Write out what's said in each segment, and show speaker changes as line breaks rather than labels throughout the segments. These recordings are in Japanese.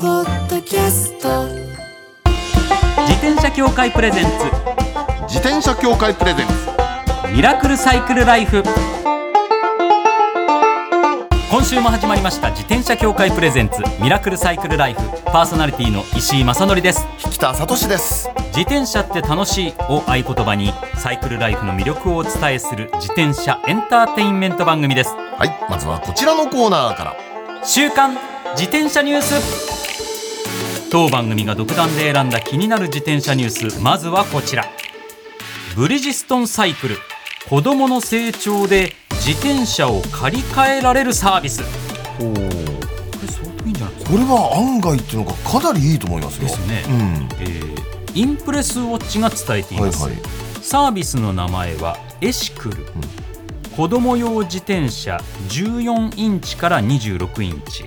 ドキャスト
自転車協会プレゼンツ
自転車協会プレゼンツ
ミラクルサイクルライフ今週も始まりました自転車協会プレゼンツミラクルサイクルライフパーソナリティの石井正則です
引田聡です
自転車って楽しいを合言葉にサイクルライフの魅力をお伝えする自転車エンターテインメント番組です
はいまずはこちらのコーナーから
週刊自転車ニュース当番組が独断で選んだ気になる自転車ニュースまずはこちらブリヂストンサイクル子どもの成長で自転車を借り換えられるサービスこ
お
れ相当いいんじゃないですか
これは案外っていうのがかなりいいと思いますよ
ですね
うん
えーインプレスウォッチが伝えてい
はい
ます、
はい
サービスの名前はエシクル、子供用自転車14インチから26インチ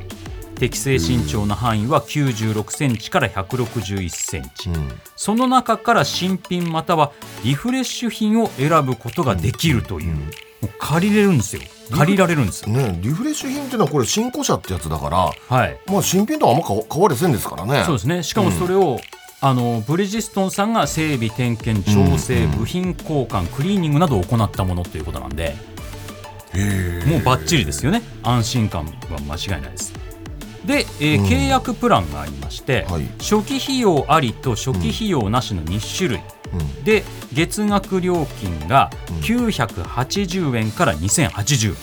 適正身長の範囲は96センチから161センチ、
うん
その中から新品またはリフレッシュ品を選ぶことができるという,、もう借りれるんですよ借りられるんですよ、
ねリフレッシュ品っていうのはこれ新古車ってやつだから
はい
まあ新品とはあんま変わ変わりせんですからね
そうですねしかもそれを、あのブリヂストンさんが整備点検調整、部品交換クリーニングなどを行ったものということなんで
へ
もうバッチリですよね安心感は間違いないですで、えー契約プランがありまして、
はい
初期費用ありと初期費用なしの2種類、
うん
で月額料金が980円から2080円、
う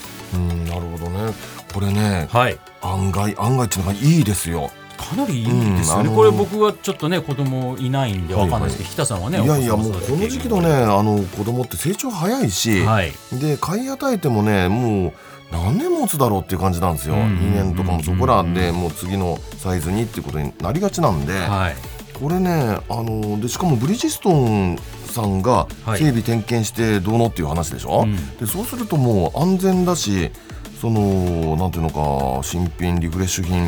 んなるほどねこれね
はい
案外案外っていうのがいいですよ
かなりいいですよね、
うんあのー
これ僕はちょっとね子供いないんでわかんないですけど、北さんはね
いやいや
お子
も
さ
うんこ
育てている
の時期のねあの子供って成長早いし、
はい
で買い与えてもねもう何年持つだろうっていう感じなんですよ、
うんうんうんうん
2年とかもそこらでもう次のサイズにっていうことになりがちなんで、
はい
これねあのでしかもブリヂストンさんが
はい
整備点検してどうのっていう話でし
う
ょ、
ん
でそうするともう安全だしそのなんていうのか新品リフレッシュ品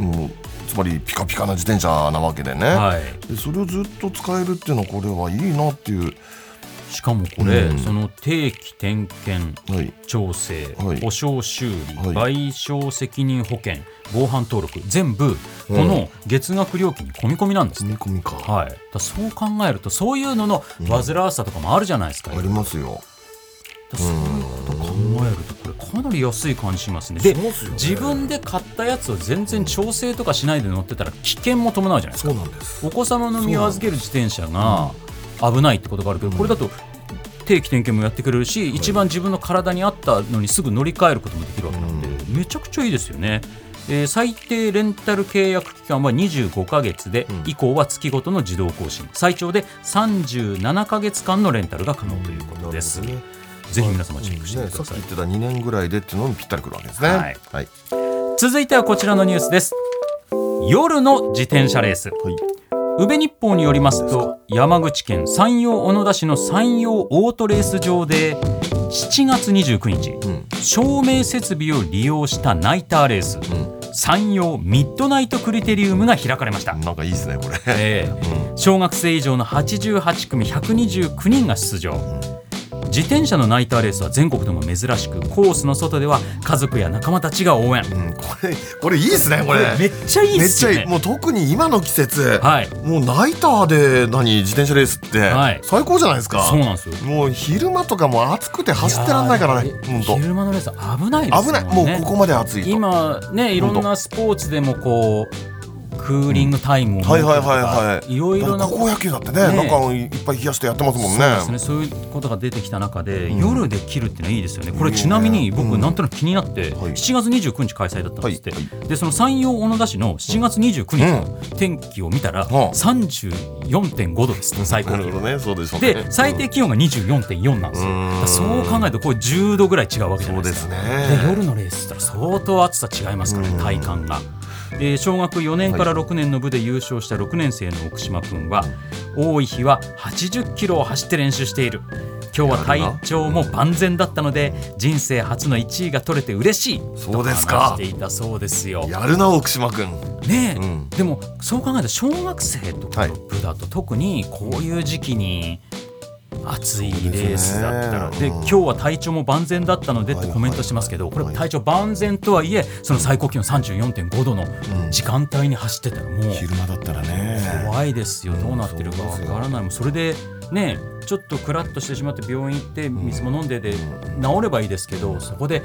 もうつまりピカピカな自転車なわけでね、
はい
でそれをずっと使えるっていうのはこれはいいなっていう、
しかもこれ、
うん
その定期点検
はい、
調整、
はい
保証修理、
は
賠償責任保険防犯登録全部この月額料金に込み込みなんです、
積み込みか、
はい、だからそう考えるとそういうのの煩わしさとかもあるじゃないですか,、
ありますよ。
だからそういうこと考えるとこれかなり安い感じしますねで
そうっすよね
自分で買ったやつを全然調整とかしないで乗ってたら危険も伴うじゃないですか
そうなんです。
お子様の身を預ける自転車が危ないってことがあるけど、これだと定期点検もやってくれるし、一番自分の体に合ったのにすぐ乗り換えることもできるわけなんで、めちゃくちゃいいですよね。えー最低レンタル契約期間は25ヶ月で、以降は月ごとの自動更新最長で37ヶ月間のレンタルが可能ということです、
なるほ
ぜひ皆様チェックしてみ
ね、
てく
さ
だ
っき
さい、
言ってた2年ぐらいでっていうのにぴったりくるわけですね。
はい
はい。
続いてはこちらのニュースです夜の自転車レース
はい。
宇部日報によりますと山口県山陽小野田市の山陽オートレース場で7月29日、
ん
照明設備を利用したナイターレース、山陽ミッドナイトクリテリウムが開かれました、
なんかいいですね、これ。
ええ小学生以上の88組129人が出場自転車のナイターレースは全国でも珍しくコースの外では家族や仲間たちが応援、
うん、これ、これいいですね、これ。
めっちゃいい
め
っ
っ
す
ちゃ
よ
い
ね
い。もう特に今の季節。
はい
もうナイターで、何、自転車レースって、
はい
最高じゃないですか。
そうなんですよ
もう昼間とかも暑くて走ってらんないからね
や、ー
本当。
昼間のレース危ないです
危ない、もうここまで暑いと。
今ねいろんなスポーツでもこうクーリングタイムを設
は
け
い
る
はい
と
はい
か
はい。
いろいろな
高校野球だってね、
ね
なんかいっぱい冷やしてやってますもんね。
そうですねそういうことが出てきた中で、
ん
夜で切るってのはいいですよねこれ
いいね
ちなみに僕
うん
なんとなく気になって、
はい
7月29日開催だったんですって、
はい
でその山陽小野田市の7月29日の天気を見たら、
はあ
34.5度ですって最高
な
気
るほ
温
どね、そうでしょうね。
で最低気温が24.4なんですよ、
うん
だからそう考えるとこれ10度ぐらい違うわけじゃ
そ
な
う
いで
です
か
すね。
で夜のレースって言ったら相当暑さ違いますからね、
うん
体感が。えー小学4年から6年の部で優勝した6年生の奥島君は、多い日は80キロを走って練習している今日は体調も万全だったので人生初の1位が取れて嬉しい
そ
と
うで
話
すか
していたそうですよ。
やるな奥島君。
ねえ
うん
でもそう考えたら小学生とかの部だと特にこういう時期に暑いレースだったら
そうで
で
すね
今日は体調も万全だったのでってコメントしてますけどこれ体調万全とはいえその最高気温34.5度の時間帯に走ってたらもう
昼間だったらね
怖いですよどうなってるかわ
そうですよ
からないもうそれでねちょっとクラッとしてしまって病院行って水も飲んでで治ればいいですけどそこで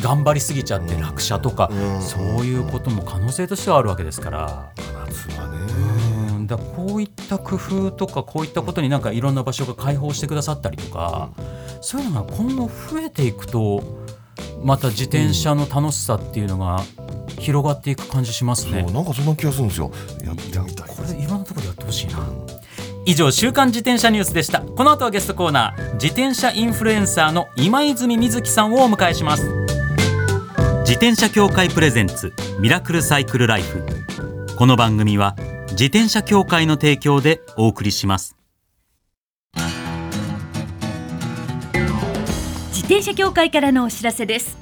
頑張りすぎちゃって落車とか
うん
そういうことも可能性としてはあるわけですから。
夏は
うんだからこういった工夫とかこういったことになんかいろんな場所が開放してくださったりとか、そういうのが今後増えていくとまた自転車の楽しさっていうのが広がっていく感じしますね。
ねそうなんかそんな気がするんですよやってみたい
これいろんなところでやってほしいな以上週刊自転車ニュースでしたこの後はゲストコーナー自転車インフルエンサーの今泉瑞希さんをお迎えします自転車協会プレゼンツミラクルサイクルライフこの番組は自転車協会の提供でお送りします
自転車協会からのお知らせです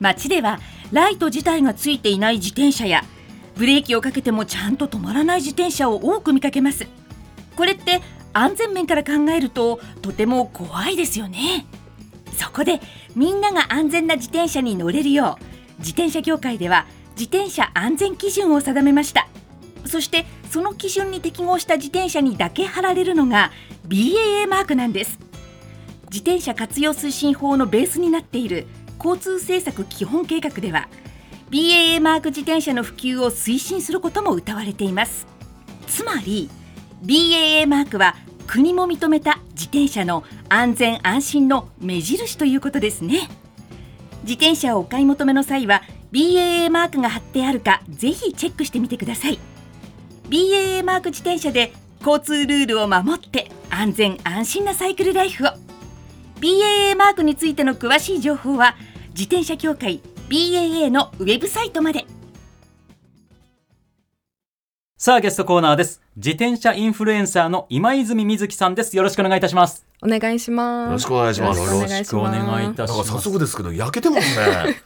街ではライト自体がついていない自転車やブレーキをかけてもちゃんと止まらない自転車を多く見かけますこれって安全面から考えるととても怖いですよねそこでみんなが安全な自転車に乗れるよう自転車協会では自転車安全基準を定めましたそしてその基準に適合した自転車にだけ貼られるのが BAA マークなんです自転車活用推進法のベースになっている交通政策基本計画では BAA マーク自転車の普及を推進することも謳われていますつまり BAA マークは国も認めた自転車の安全安心の目印ということですね自転車をお買い求めの際は BAA マークが貼ってあるかぜひチェックしてみてください BAA マーク自転車で交通ルールを守って安全安心なサイクルライフを BAA マークについての詳しい情報は自転車協会 BAA のウェブサイトまで
さあゲストコーナーです自転車インフルエンサーの今泉瑞希さんですよろしくお願いいたします
お願いします。
よろしくお願いします
よろしくお願いいたし
た
なんか早速ですけど焼けてますね
ます。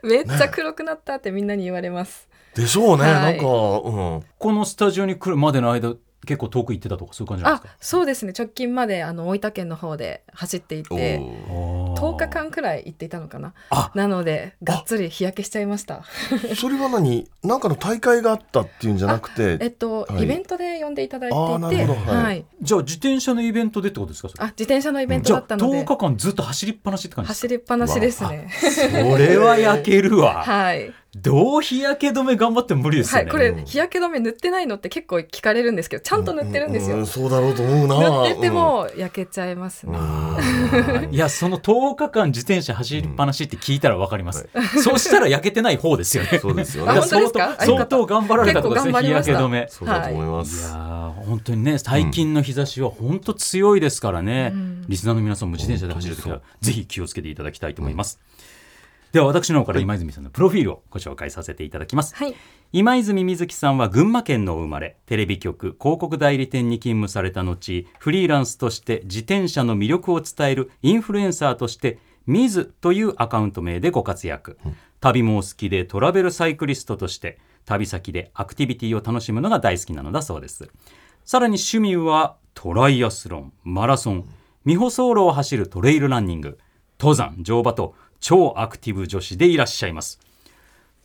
めっちゃ黒くなったってみんなに言われます。
でしょうね、
はい
なんかうん
このスタジオに来るまでの間結構遠く行ってたとかそういう感じなん
あ
ですか、
そうですね。直近まであの大分県の方で走っていて、
あ
お
ー
10日間くらい行っていたのかな
あ。
なのでがっつり日焼けしちゃいました。
ーそれは何なんかの大会があったっていうんじゃなく
えってと、
はい
イベントで呼んでいただいて
あーないる
て、
ほどはい
はい。
じゃあ自転車のイベントでってことですかそれ
あ自転車のイベン
じ
ト
ゃ
だ
あ
ったの
10
で
日間ずっと走りっぱなしって感じです
走
か
りっぱなしですね。
これは焼けるわ、
はい。
どう日焼け止め頑張っても無理です
は
よ
い。
ね、
これ日焼け止め塗ってないのって結構聞かれるんですけど、ちゃんと塗ってるんです
うう
よ。
そうだろうと思うな
塗ってても焼けちゃいますね。
はいいやその10日間自転車走りっぱなしって聞いたらわかります、そうしたら焼けてない方ですよ ね
そうですよ
あ
ね
だ
本当ですか
相当相当頑張られたってことですね日
結構頑張りま
焼
した
け止め
そうだと思います、
いやー本当にね最近の日差しは本当強いですからね、
うん
リスナーの皆さんも自転車で走るときはぜひ気をつけていただきたいと思います、では私の方から今泉さんのプロフィールをご紹介させていただきます、
はい。
今泉瑞希さんは群馬県のお生まれテレビ局広告代理店に勤務された後フリーランスとして自転車の魅力を伝えるインフルエンサーとしてミズというアカウント名でご活躍、旅もお好きでトラベルサイクリストとして旅先でアクティビティを楽しむのが大好きなのだそうですさらに趣味はトライアスロンマラソン未舗走路を走るトレイルランニング登山乗馬と超アクティブ女子でいらっしゃいます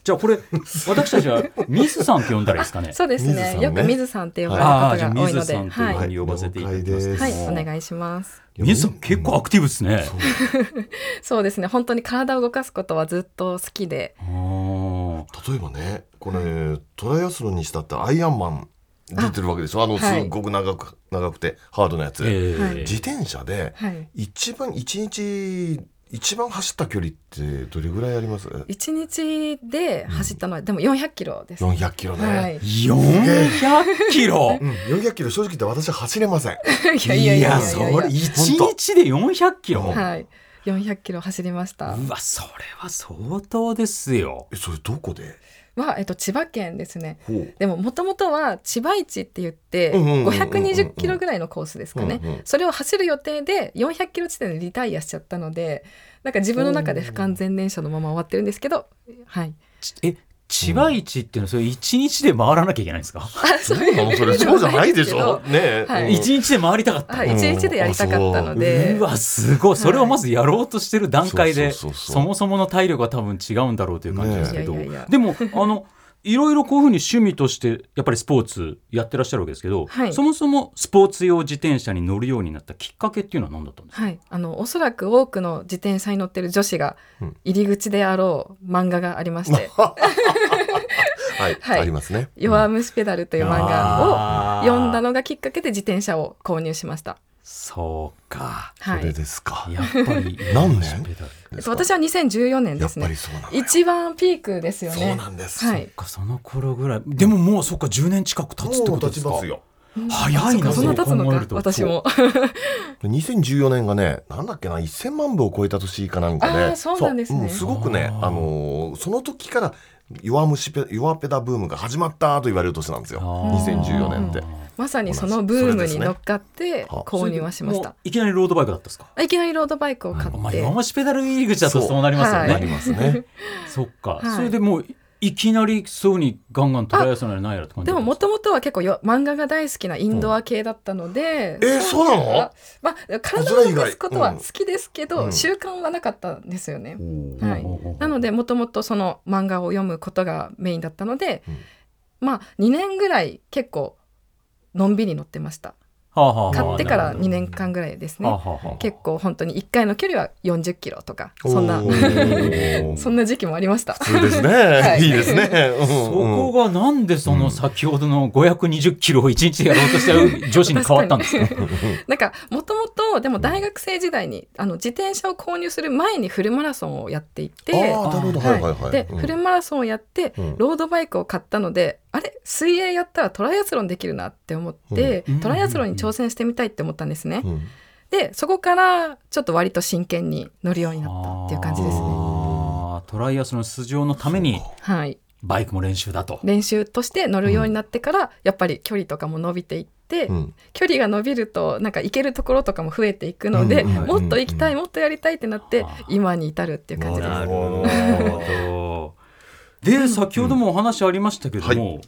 じゃあこれ 私たちはミスさんって呼んだらいいですかね
そうです
水さん
ね。
ね
よく水さんって呼ばれる
ああじゃあ
方が多い
水
ので、
さんというふうに呼ばせていただきます、
はい
はい、お願いします。
ミスさん結構アクティブですね、
そうですね、本当に体を動かすことはずっと好きで、
あ
例えばねこれトライアスロンにしたってアイアンマン出てるわけでしょあのす
はい
ごく長く長くてハードなやつ、
ーえー
はい
自転車で
はい。
一番一日一番走った距離ってどれぐらいあります
一日で走ったのは、でも400キロです。
400キロね、
はい。い
400キ ロ
うん、400キロ正直言って私は走れません
や
いやそれ
い
1日で400キロ、
う
はい。400キロ走りました。
うわそれは相当ですよ
えそれどこで
は、えっと、千葉県ですね。
ほう
でも、もともとは千葉市って言って、
うんうんうんうんうん
520キロぐらいのコースですかね
うんうん。
それを走る予定で、400キロ地点でリタイアしちゃったので、なんか自分の中で不完全燃焼のまま終わってるんですけど、はい。
ちえ千葉市っていうのはそれ一日で回らなきゃいけないんですか
そうなのそれそうじゃないでしょねえ、
は
う
い
ん
一、日で回りたかった、
は
う
い、
ん
一日でやりたかったので
う、わすごいそれをまずやろうとしてる段階で、
はい
そ
そうそうそうそう
もそもの体力は多分違うんだろうという感じですけど、
ねえいやいやいや
でもあのいろいろこういうふうに趣味としてやっぱりスポーツやってらっしゃるわけですけど、
はい
そもそもスポーツ用自転車に乗るようになったきっかけっていうのは何だったんですか
はい、あのおそらく多くの自転車に乗ってる女子が
うん
入り口であろう漫画がありまして
はい、
はい
ありますね
「弱虫ペダル」という漫画を
あー
読んだのがきっかけで自転車を購入しました。
そうか
そ
は
れ
い、
ですか、
やっぱり
何年
ペダル
えっと私は2014年
や
で
っ
す
ぱ
ね
り。そうなんだ
一番ピークですよ
そう
ね。
なんです、
はい。
そっかその頃ぐらいでももうそっか10年近く経つって
も
こ
う
とです
立ち
か
ますよ
早いな
そんな経つ
そ
の
う考え
か
る、と
私も。
2014年がねなんだっけな1000万部を超えた年かなんかで、
あーそうなんですね
そうすごくね
あー
あのーその時から弱虫ペ弱ペダブームが始まったと言われる年なんですよ
あー
2014年って
まさにそのブームに乗っかって
それですね
購入はしまし
も
た。
ういきなりロードバイクだったんですか
あいきなりロードバイクを買
まあ
って。
山梨ペダル入り口だとそうなりますよ
そう
な
は
り
ね。
ますね
そっか、
はい
それでもういきなりそうにガンガントライアスロンやないやらって感じ
で
だ
も
ったんで
もともとは結構よ漫画が大好きなインドア系だったので、
えーそうなの
まあ体を動かすことは好きですけ
う
ど
ん
習慣はなかったんですよ ね、
おー
は
ほうほうほ、
いうなのでもともとその漫画を読むことがメインだったので、
うん
まあ2年ぐらい結構のんびり乗ってました
すかはあはあはあ
買ってから2年間ぐらいですね、
はあはあはあ
結構本当に1回の距離は40キロとか
おー
そんなそん
普
な時期もありました
通ですね、
い
い、いですね、うん
そこがなんでその先ほどの520キロを1日でやろうとした女子に変わったん ですか
なんかもともとでも大学生時代にあの自転車を購入する前にフルマラソンをやっていて
ああなるほどはいはいはい
で、フルマラソンをやって、
うん
ロードバイクを買ったのであれ水泳やったらトライアスロンできるなって思って、
うん
トライアスロンに挑戦してみたいって思ったんですね、
うん
でそこからちょっと割と真剣に乗るようになったっていう感じですね
あートライアスロン出場のために
はい
バイクも練習だと。
練習として乗るようになってから、やっぱり距離とかも伸びていって、
うん
距離が伸びるとなんか行けるところとかも増えていくので、
うんうんうん
もっと行きたいもっとやりたいってなって、今に至るっていう感じです
な
な
る
る
ほ
ほ
ど。で先ほどもお話ありましたけれども、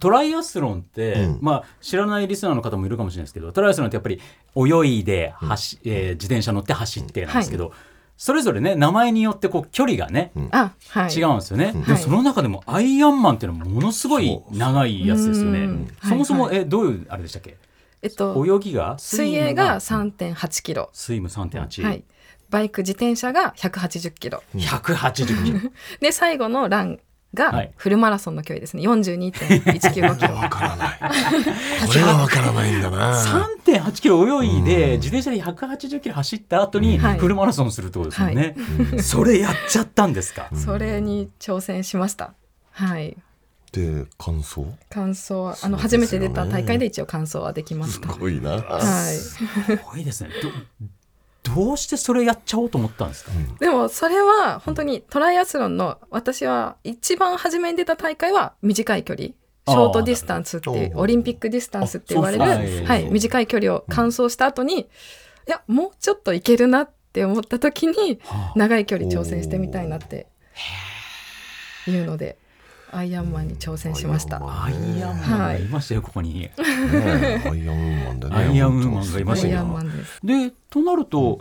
トライアスロンって、
うん
まあ、知らないリスナーの方もいるかもしれないですけどトライアスロンってやっぱり泳いで走、えー自転車乗って走ってなんですけど、それぞれね名前によってこう距離がね、
あはい
違うんですよね、でもその中でもアイアンマンっていうのはものすごい長いやつですよね。
そうう
そも
ん
そも、
は
えどういうあれでしたっけ
えっと
泳ぎが
水泳が
スイム
3.8キロ、
スイム3.8、
はい、バイク自転車が180キロ
180キロ。
で最後のラン
は
が
い
フルマラソンの距離ですね42.195キロ、
わからないこれはわからないんだな
3.8キロ泳いで、自転車で180キロ走った後に
はい
フルマラソンするってことですよね、それやっちゃったんですか、
それに挑戦しましたはい
で感想
完走はあ
そう
の
です
初
よね
めて出た大会で一応完走はできまし
す
た、
ごいな
はい、
すごいですねどどうしてそれやっちゃおうと思ったんですか、
でもそれは本当にトライアスロンの私は一番初めに出た大会は短い距離ショートディスタンスっていう
あー
オリンピックディスタンスって言われる
あそうそうそう
はい、短い距離を完走した後に、いやもうちょっといけるなって思った時に
はあ
長い距離挑戦してみたいなっていうのでアイアンマンに挑戦しました。
ア
アイアンマンがいましたよ、ここに。
ねえアイアンウーマンでね。
アイアンウーマンがいま
ア
したけ
イ
ど
アンマンです。
で、となると、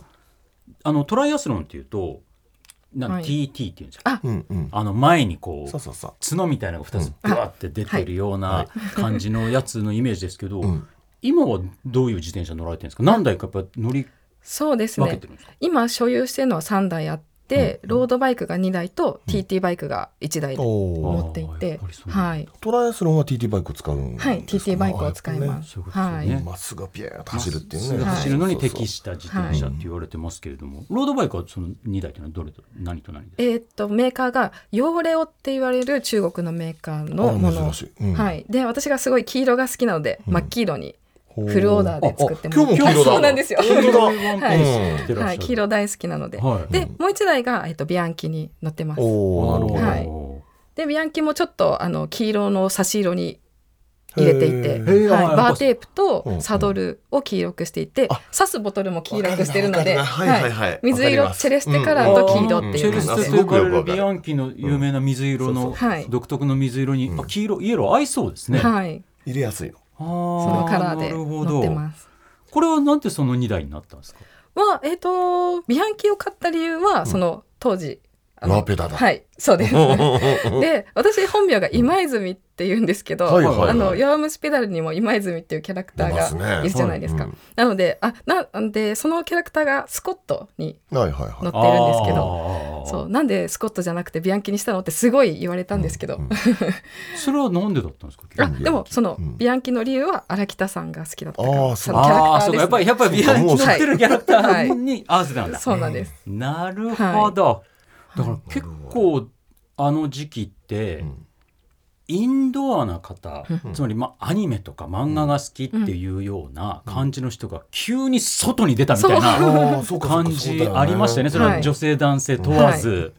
あのトライアスロンっていうと、なん
はい
TT っていうんですか、
あ
うんうん。
あの前にこう
さあさあさあ。
角みたいなのが2つブワって出てるような感じのやつのイメージですけど、
ん
今はどういう自転車乗られてるんですか何台かやっぱ乗り
そうです
分け
ね
て。るんですか、
今所有してるのは3台あって、ロードバイクが2台と TT バイクが1台
お
ー
お。
持ってい
やってぱりそう、なんだ
はい、
トライアスロンは TT バイクを使うんですか。
はい、TT バイクを使いま
そ
す。
ういうことですよ
は
ね
い、
まっすぐピューッと走るっていう
まっす
ね。
ぐ走るのに適
し
した自転車って言われてますけれども、ロードバイクはその2台というのはどれと何と何ですか
えーっとメーカーがヨーレオって言われる中国のメーカーのもの
珍しいうん
はい、で私がすごい黄色が好きなので、真っ黄色に
うん
フルオーダーで作って
ああ今日も黄色だ
そうなんですよ。
本当だ
は
うん
い、
着てらっしゃる
はい、黄色大好きなので、
はい
でもう一台がえーっとビアンキに乗ってます。
おおなるほど。
はいでビアンキもちょっとあの黄色の差し色に入れていて、
へ
ー
はい
へー
バーテープと
ん
サドルを黄色くしていて、
あ
刺すボトルも黄色くしてるので、
わかるなわかるなはいはいはい
はい水
わかり
色
ます
チェレステカラーと黄色って
チ
い
ェ
う
ル
感
ス
じ
あ
で、
ー
テ
す
と
ご
呼ば
くよ
れ
く
る
わかる
ビアンキの有名な水色
うんそう
の
そうはい
独特の水色に、あ黄色イエロー合いそうですね、い、
はい、
入れやすいの。
そ
そのカラーで乗ってます。
これはなんてその2台になったんですか
はえっ、とビアンキを買った理由は、その当時あの
ラペダだ。
はいそ うです。
は
で私本名が今泉って言うんですけど、
いはい
あの
はい。
弱虫ペダルにも今泉っていうキャラクター
いますね
がいるじゃないですか。
はいうん
なのであなんでそのキャラクターがスコットに
はいはいはい
乗っ。てるんですけど。
ど
そうなんでスコットじゃなくてビアンキにしたのってすごい言われたんですけど、
うんうん
それはなんでだったんですか
あでもその
うん
ビアンキの理由は荒北さんが好きだったから
あー
そ
そう
のキャラ
ああー、
クタ
そ
ー
うか、やっ
です、
ぱり、やっぱりビアンキ乗ってるキャラクターに合わせたんだ。
そうなんです、
なるほど。だから結構あの時期って
うん
インドアな方、
うん
つまりまあアニメとか漫画が好きっていうような感じの人が急に外に出たみたい
あ
な
ーそうかそ うか
感
そう
じ
だよね
ありましたよね。それ
は
はい女性男性問わず、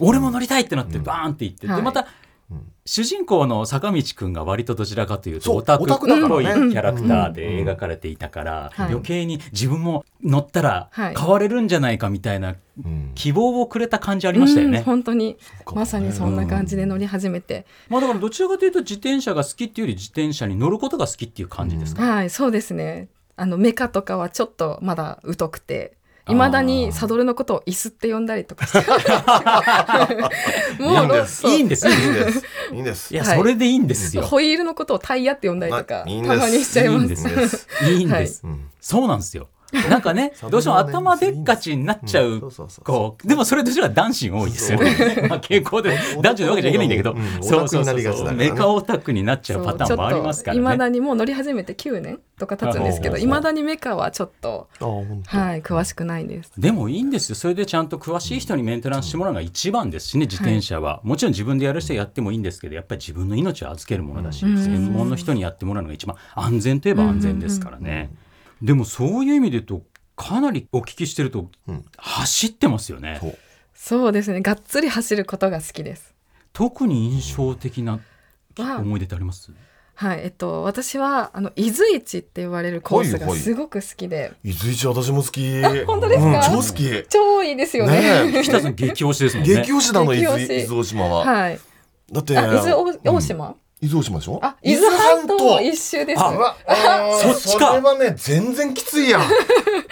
俺も乗りたいってなってバーンって言って、
は
で
い
また
うん
主人公の坂道くんが割とどちらかというと
そう
オタクっぽい
オ
キ
タクだからね
ャラクターで描かれていたから、
うんうん
余計に自分も乗ったら買
はい
われるんじゃないかみたいな
うん
希望をくれた感じありましたよ
うん
ね。
本当に
か
まさにそんな感じで乗り始めて、
まあだからどちらかというと自転車が好きっていうより自転車に乗ることが好きっていう感じですか。
はいそうですねあのメカとかはちょっとまだ疎くていまだにサドルのことを椅子って呼んだりとかして もう
いいんです
そう
いいんですよ
い。いです。いいです。
いや
はい
それでいいんですよ。
ホイールのことをタイヤって呼んだりと
ま
か
あいいん
た
です
まにしちゃい
い
ま
いん
す
ですよ。いいんです。
うん
そうなんですよ。なんかね
サドルは
どう
ね
しても頭でっかちになっちゃ
うんそううそうそう
こうでもそれどちらか男子が多いですよね。まあ傾向で男女なわけじゃいけないんだけど
うん、
そうそう
オタクに
そ
な
う
りが
そ
ちだか
う
らね
メカオタクになっちゃ
そうう
パターンもありますか
ちょ
ら
っといま
ね。
だにもう乗り始めて9年とか経つんですけど
あ
いまだにメカはちょっと
あー本当
はい詳しくないです
でもいいんですよそれでちゃんと詳しい人にメンテナンスしてもらうのが一番ですしね自転車は、もちろん自分でやる人はやってもいいんですけどやっぱり自分の命を預けるものだし、
うん
専門の人にやってもらうのが一番安全といえば安全ですからね、でもそういう意味で言うとかなりお聞きしてると、
うん
走ってますよね
そう
そうですねがっつり走ることが好きです
特に印象的な
は
思い出ってあります、
はいえっと私はあの伊豆市って言われるコースがすごく好きで
伊豆一私も好き。
あ本当ですか
うん超好き。ね
超いいですよね
え。
北さん激推しですもんね
激推しだの伊豆
激推し
伊豆大島は。
はい
だって
あ伊豆大大島
伊豆大島でしょ
あ伊豆半島一周です
うわあ
そ
ー
っちか
それはね全然きついやん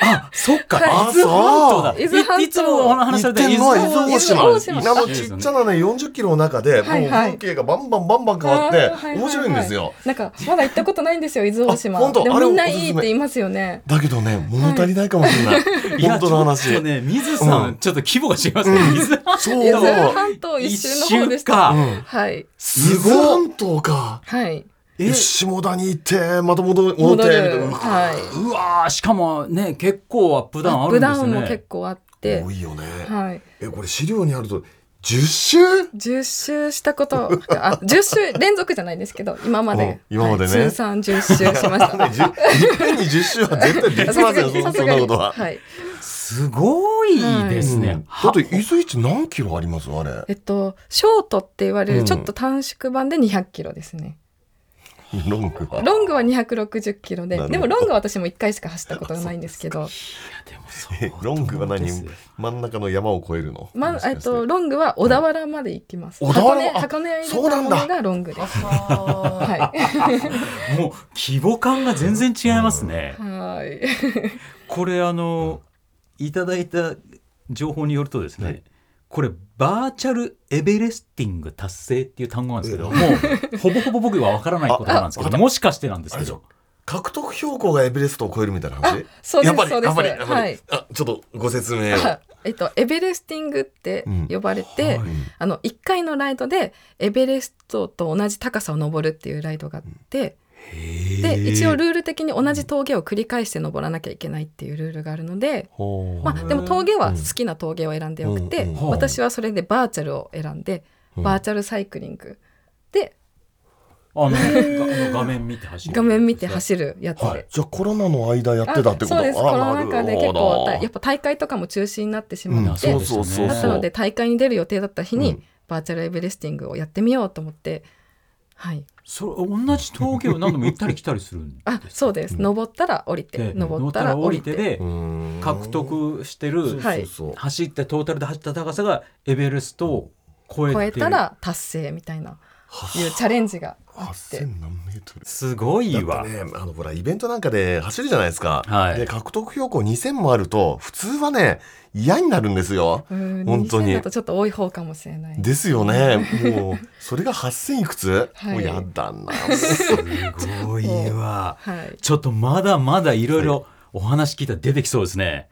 あそっか
はい
伊豆半島だ
伊豆半島
いいつもお話しさ
行
れ
っててんのは伊豆大島
伊豆大島
あのちっちゃなね40キロの中でもう
はいは
風
い
景がバンバンバンバン変わって
あーはいはいはい
面白いんですよ
なんかまだ行ったことないんですよ伊豆大島
あ本当
でも
あれ
みんな
おすすめ
いいって言いますよね
だけどね物足りないかもしれない
いや
本当の
ちょ
話
っとね水さん、
うん
ちょっと規模が違いますね水
そう
伊豆半島一周の方でした
一周か
はい
伊豆半島か
はい
え
下田に行ってまた戻って戻っ
戻
てみ
る
たいな
は
うわーしかもね結構アップ
い
ダウンあ
アッ
る
プ
んで
ダ
す
ウンも
ね
結構あって
多いよね
はい
えこれ資料にあると10周
10周したことあ10周連続じゃないですけど今ま
うん
で
今までね
はい通算10周しました
いっぺんに10周は絶対できませんそんそんなことは。
はい
すごいですね、
うんだ
は
って伊豆一何キロありますあれ
えっとショートって言われ
う
る
ん
ちょっと短縮版で200キロですね、
ロングは
ロングは260キロで
なるほど
でもロングは私も1回しか走ったことがないんですけど
でも
え ロングは何
そうです
真ん中の山を越えるの
ま
もしかし
えってと、ロングは小田原まで行きます。
小田原
箱根
あ
箱根へ入
そう
れた
な
も
ん
の
だ
がロングです。は
もう規模感が全然違いますね、
い。はい。
これあのいただいた情報によるとですね、
はい
これバーチャルエベレスティング達成っていう単語なんですけど、もうほぼほぼ僕は分からないことなんですけどもしかしてなんです
あ
け
れでしょ
ど
獲得標高がエベレストを超えるみたいな話
そうです
やっぱり
そうです
やっぱりやっぱり
はい
あちょっとご説明を
あえっと、エベレスティングって呼ばれて、
うんはい
あの、1回のライドで、エベレストと同じ高さを登るっていうライドがあって、で、一応ルール的に同じ峠を繰り返して登らなきゃいけないっていうルールがあるので、
ほう
まあ、でも峠は好きな峠を選んでよくて、
うんうん
うん
私はそれでバーチャルを選んで、バーチャルサイクリングで
あの があの画面見て走る
画面見て走るやつで、
じゃあコロナの間やってたってこと
あそうです
あ
コロナ禍
な
で結構
るほど
たやっぱ大会とかも中止になってしまって、
う
そ
ん
うそ
そ
うそうう
だったので大会に出る予定だった日に、
うん
バーチャルエベレスティングをやってみようと思ってはい、
それ同じ峠を何度も行ったり来たりする んです
あそうです、
うん
登ったら降りて
で
登ったら降りて
で
うん
獲得して
そう
る
は
そ
いう
そう
走ってトータルで走った高さがエベレストを超えて
超
る
えたら達成みたいないうチャレンジがあって
8000何メートル
すごい
だっ
わ、
てね、あのほらイベントなんかで走るじゃないですか、
はい
で獲得標高2000もあると普通はね嫌になるんですよ
うん
本当に
2000だとちょっと多い方かもしれない
ですよねもうそれが8000いくつ、
はい
もうやだな もう
すごいわ
はい、
ちょっとまだまだいろいろお話聞いたら出てきそうですね、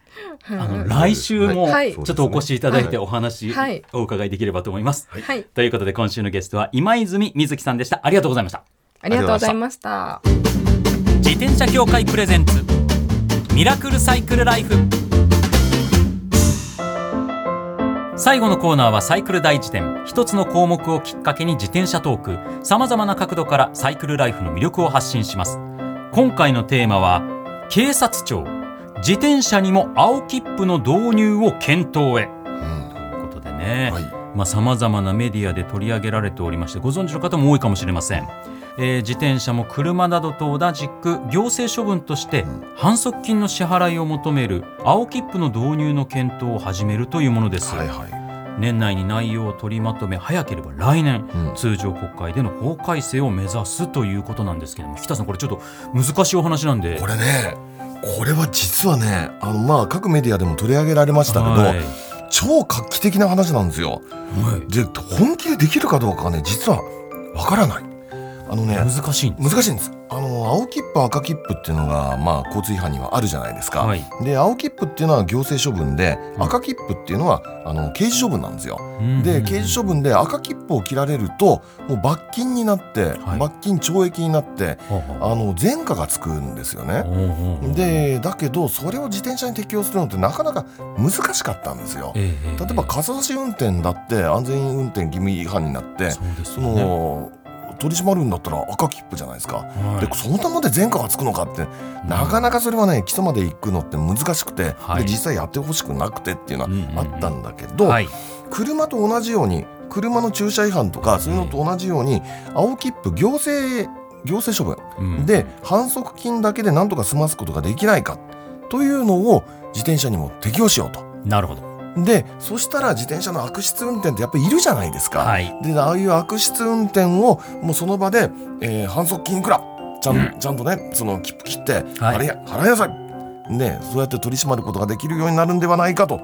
あの
は
来週も
はい
ちょっとお越しいただいて
は
お話
はい
お伺いできればと思います、
い、はい、
ということで今週のゲストは今泉瑞希さんでしたありがとうございました
ありがとうございました
自転車協会プレゼンツミラクルサイクルライフ最後のコーナーはサイクル大辞典一つの項目をきっかけに自転車トークさまざまな角度からサイクルライフの魅力を発信します今回のテーマは警察庁自転車にも青切符の導入を検討へということでね、
はい
まあ、さまざまなメディアで取り上げられておりましてご存知の方も多いかもしれません、えー自転車も車などと同じく行政処分として反則金の支払いを求める青切符の導入の検討を始めるというものです、
はいは
年内に内容を取りまとめ早ければ来年
い、うん
通常国会での法改正を目指すということなんですけども北さんこれちょっと難しいお話なんで
これねこれは実はねあのまあ各メディアでも取り上げられましたけど、
はい
超画期的な話なんですよ
はい
で本気でできるかどうかはね実はわからないあのね
難しいんです
難しいんですあの青切符赤切符っていうのが、まあ、交通違反にはあるじゃないですか、
はい
で青切符っていうのは行政処分で
うん
赤切符っていうのはあの刑事処分なんですよ。
うん
で刑事処分で赤切符を切られるともう罰金になって、
はい
罰金懲役になって
ほうほう
あの前科がつくんですよね。
ほうほうほう
でだけどそれを自転車に適用するのってなかなか難しかったんですよ。
ええええ
例えば傘差し運転だって安全運転義務違反になって
そうです
そ
よね
の取り締まるんだったら赤切符じゃないですか。
はい
でそのたまで前科がつくのかってなかなかそれはね基礎まで行くのって難しくて、
はい
で実際やってほしくなくてっていうの
うんうんうん
はあったんだけど、
はい
車と同じように車の駐車違反とかそういうのと同じように青切符行政行政処
うん
分で反則金だけでなんとか済ますことができないかというのを自転車にも適用しようと。
なるほど。
でそしたら自転車の悪質運転ってやっぱりいるじゃないですか。
はい。
でああいう悪質運転をもうその場で、えー反則金いくらちゃん,、ちゃんとねその切符切って
はい
払い,、払いなさい、ね、そうやって取り締まることができるようになるんではないかと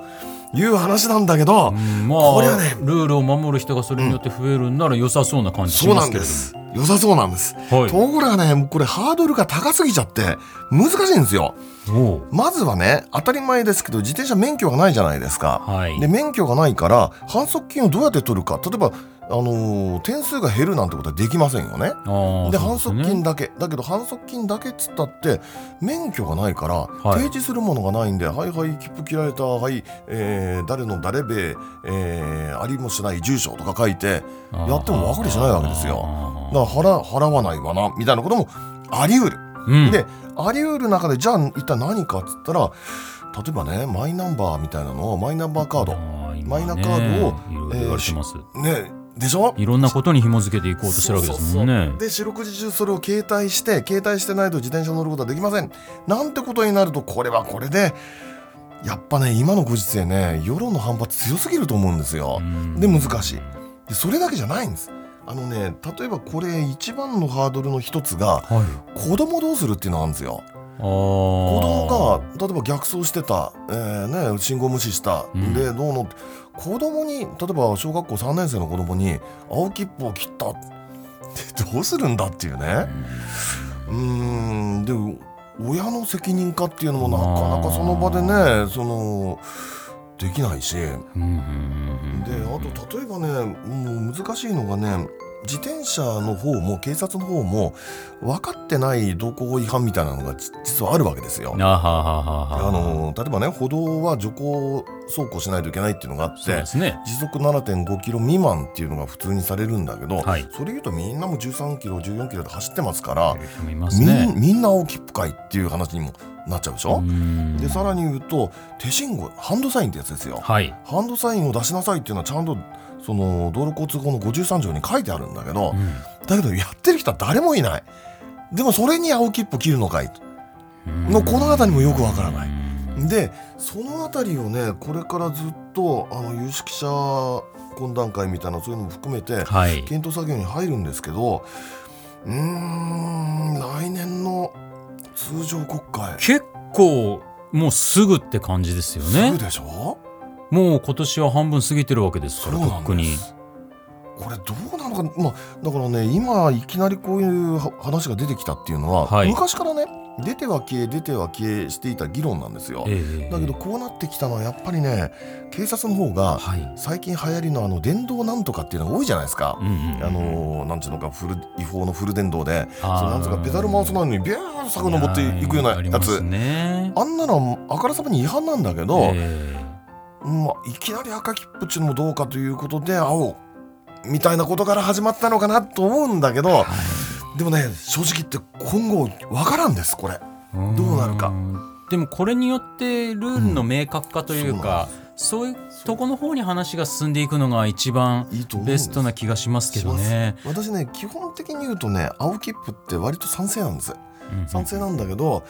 いう話なんだけど、
うんま
これ
あ、
はね
ルールを守る人がそれによって増えるんなら良さそうな感じし
そう
ま
な
す
ん
け
で
れども。
す良さそうなんです、と
はい。
ころがねもうこれハードルが高すぎちゃって難しいんですよ
おう
まずはね当たり前ですけど自転車免許がないじゃないですか、
はい。
で免許がないから反則金をどうやって取るか例えば、あのー点数が減るなんてことはできませんよね。
あー
で
そう
反
すね
則金だけだけど反則金だけっつったって免許がないから、
い
提示するものがないんで「はいはい切符切られたはい、えー誰の誰べ、えーありもしない住所」とか書いてやっても分かりしないわけですよ。だ
あ
から払払わないわなみたいなこともあり得る。
ーうん。
であり得る中でじゃあ一体何かっつったら例えばねマイナンバーみたいなのをマイナンバーカード、
あ今ね
マイナカードを
いろいろ言われてます。
ねでしょ
いろんなことに紐付けていこうとしてるわけですもん
そう
ね
そうそう。で四六時中それを携帯して携帯してないと自転車乗ることはできませんなんてことになるとこれはこれでやっぱね今のご時世ね世論の反発強すぎると思うんですよ
うん
で難しいでそれだけじゃないんですあのね例えばこれ一番のハードルの一つが
はい。
子供どうするっていうのがあるんですよ
あ
子供
子
が例えば逆走してた、えーね、信号無視した、
うん
でどうのって子供に例えば小学校3年生の子供に青切符を切ったってどうするんだっていうねうーんで親の責任かっていうのもなかなかその場で
あ
ねそのできないしであと例えばねもう難しいのがね自転車の方も警察の方も分かってない道交法違反みたいなのがじ実はあるわけですよ。
あはははは。
あの例えばね歩道は徐行走行しないといけないっていうのがあっ
そう
て
ですね。
時速7.5キロ未満っていうのが普通にされるんだけど、
はい
それ言うとみんなも13キロ14キロで走ってますから、
いる人もいます
みん
ね。
みんな青切符かいっていう話にもなっちゃうでしょ、
うん
でさらに言うと手信号ハンドサインってやつですよ、
はい。
ハンドサインを出しなさいっていうのはちゃんとその道路交通法の53条に書いてあるんだけど、
うん
だけどやってる人は誰もいないでもそれに青切符切るのかいのこの辺りもよくわからないでその辺りをねこれからずっとあの有識者懇談会みたいなそういうのも含めて
はい
検討作業に入るんですけどうーん来年の通常国会
結構もうすぐって感じですよ
す
ね
ぐでしょ
もう今年は半分過ぎてるわけですから
そう
と
な
っ
ん
くに
ですこれどうなのか、まあ、だからね今いきなりこういうは話が出てきたっていうのは、
はい
昔からね出ては消え出ては消えしていた議論なんですよ。
ええ
だけどこうなってきたのはやっぱりね警察の方が
はい
最近流行りのあの電動なんとかっていうのが多いじゃないですか。
うんうん
あのーなんていうのかフル違法のフル電動で
あー
それなんつうかペダル回さないのにビューン遡っていくような
あり
や
ま
つ
すね
あんなのはあからさまに違反なんだけど、
え
まあ、いきなり赤切符っちゅうのもどうかということで青みたいなことから始まったのかなと思うんだけどでもね正直言って今後わからんですこれ
えん
どうなるか
でもこれによってルールの明確化というか、そういうとこの方に話が進んでいくのが一番
いいと思うん
ベ
です
ストな気がしますけどね。
私ね基本的に言うとね青切符って割と賛成なんです
うん
賛成なんだけど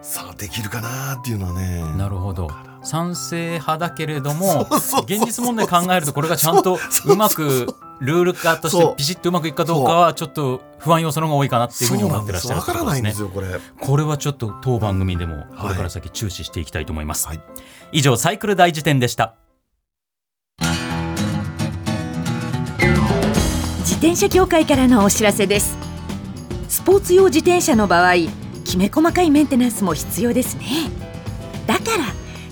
さあできるかなっていうのはね
なるほど賛成派だけれども
そうそうそう
現実問題考えるとこれがちゃんとうまくルール化とし
そ
て
う
ピシッとうまくいくかどうかはちょっと不安要素の方が多いかなっていうふ
そう
に
う
思
な
っ
ん
て
で
らっし
す
ゃる
わ
って
か
こ
ら
とで
な
す
いんで
ね
す。よこれ
これはちょっと当番組でもこれから先注視していきたいと思います。
はい
以上サイクル大辞典でした。
自転車協会からのお知らせですスポーツ用自転車の場合きめ細かいメンテナンスも必要ですねだから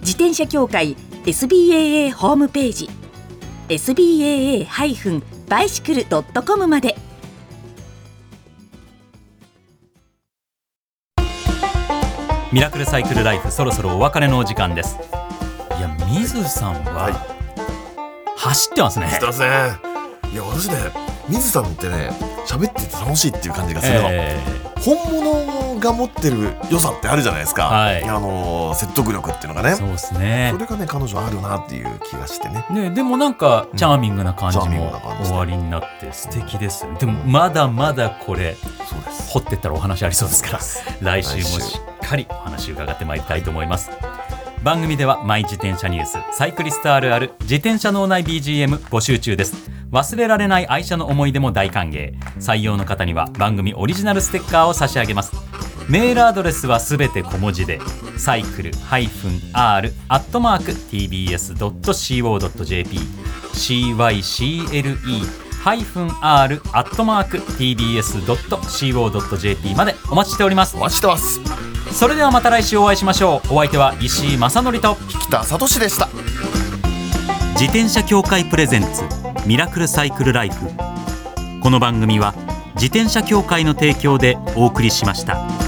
自転車協会 SBAA ホームページ SBAA-bicycle.com まで
ミラクルサイクルライフそろそろお別れのお時間ですいや水さんは、
はい
走ってますね
すいませんいや私ね水さんってね喋ってて楽しいっていう感じがするの、
え
本物が持ってる良さってあるじゃないですか、
はい
あのー説得力っていうのが
え
ね
そうです
そ
ね
れがね彼女あるなっていう気がしてね
ねでもなんか
うん
チャーミングな感じ
チャーミン
も
グな感じで
終わりになって素敵ですねでもまだまだこれ
そうです
掘ってったらお話ありそうですから来週も
来週
しっかりお話伺ってまいりたいと思います番組ではマイ自転車ニュースサイクリストあるある自転車脳内 BGM 募集中です忘れられない愛車の思い出も大歓迎採用の方には番組オリジナルステッカーを差し上げますメールアドレスはすべて小文字でサイクル -r-tbs.co.jp cycle-r-tbs.co.jp までお待ちしております
お待ちしてます
それではまた来週お会いしましょうお相手は石井正則と
北聡でした
自転車協会プレゼンツミラクルサイクルライフこの番組は自転車協会の提供でお送りしました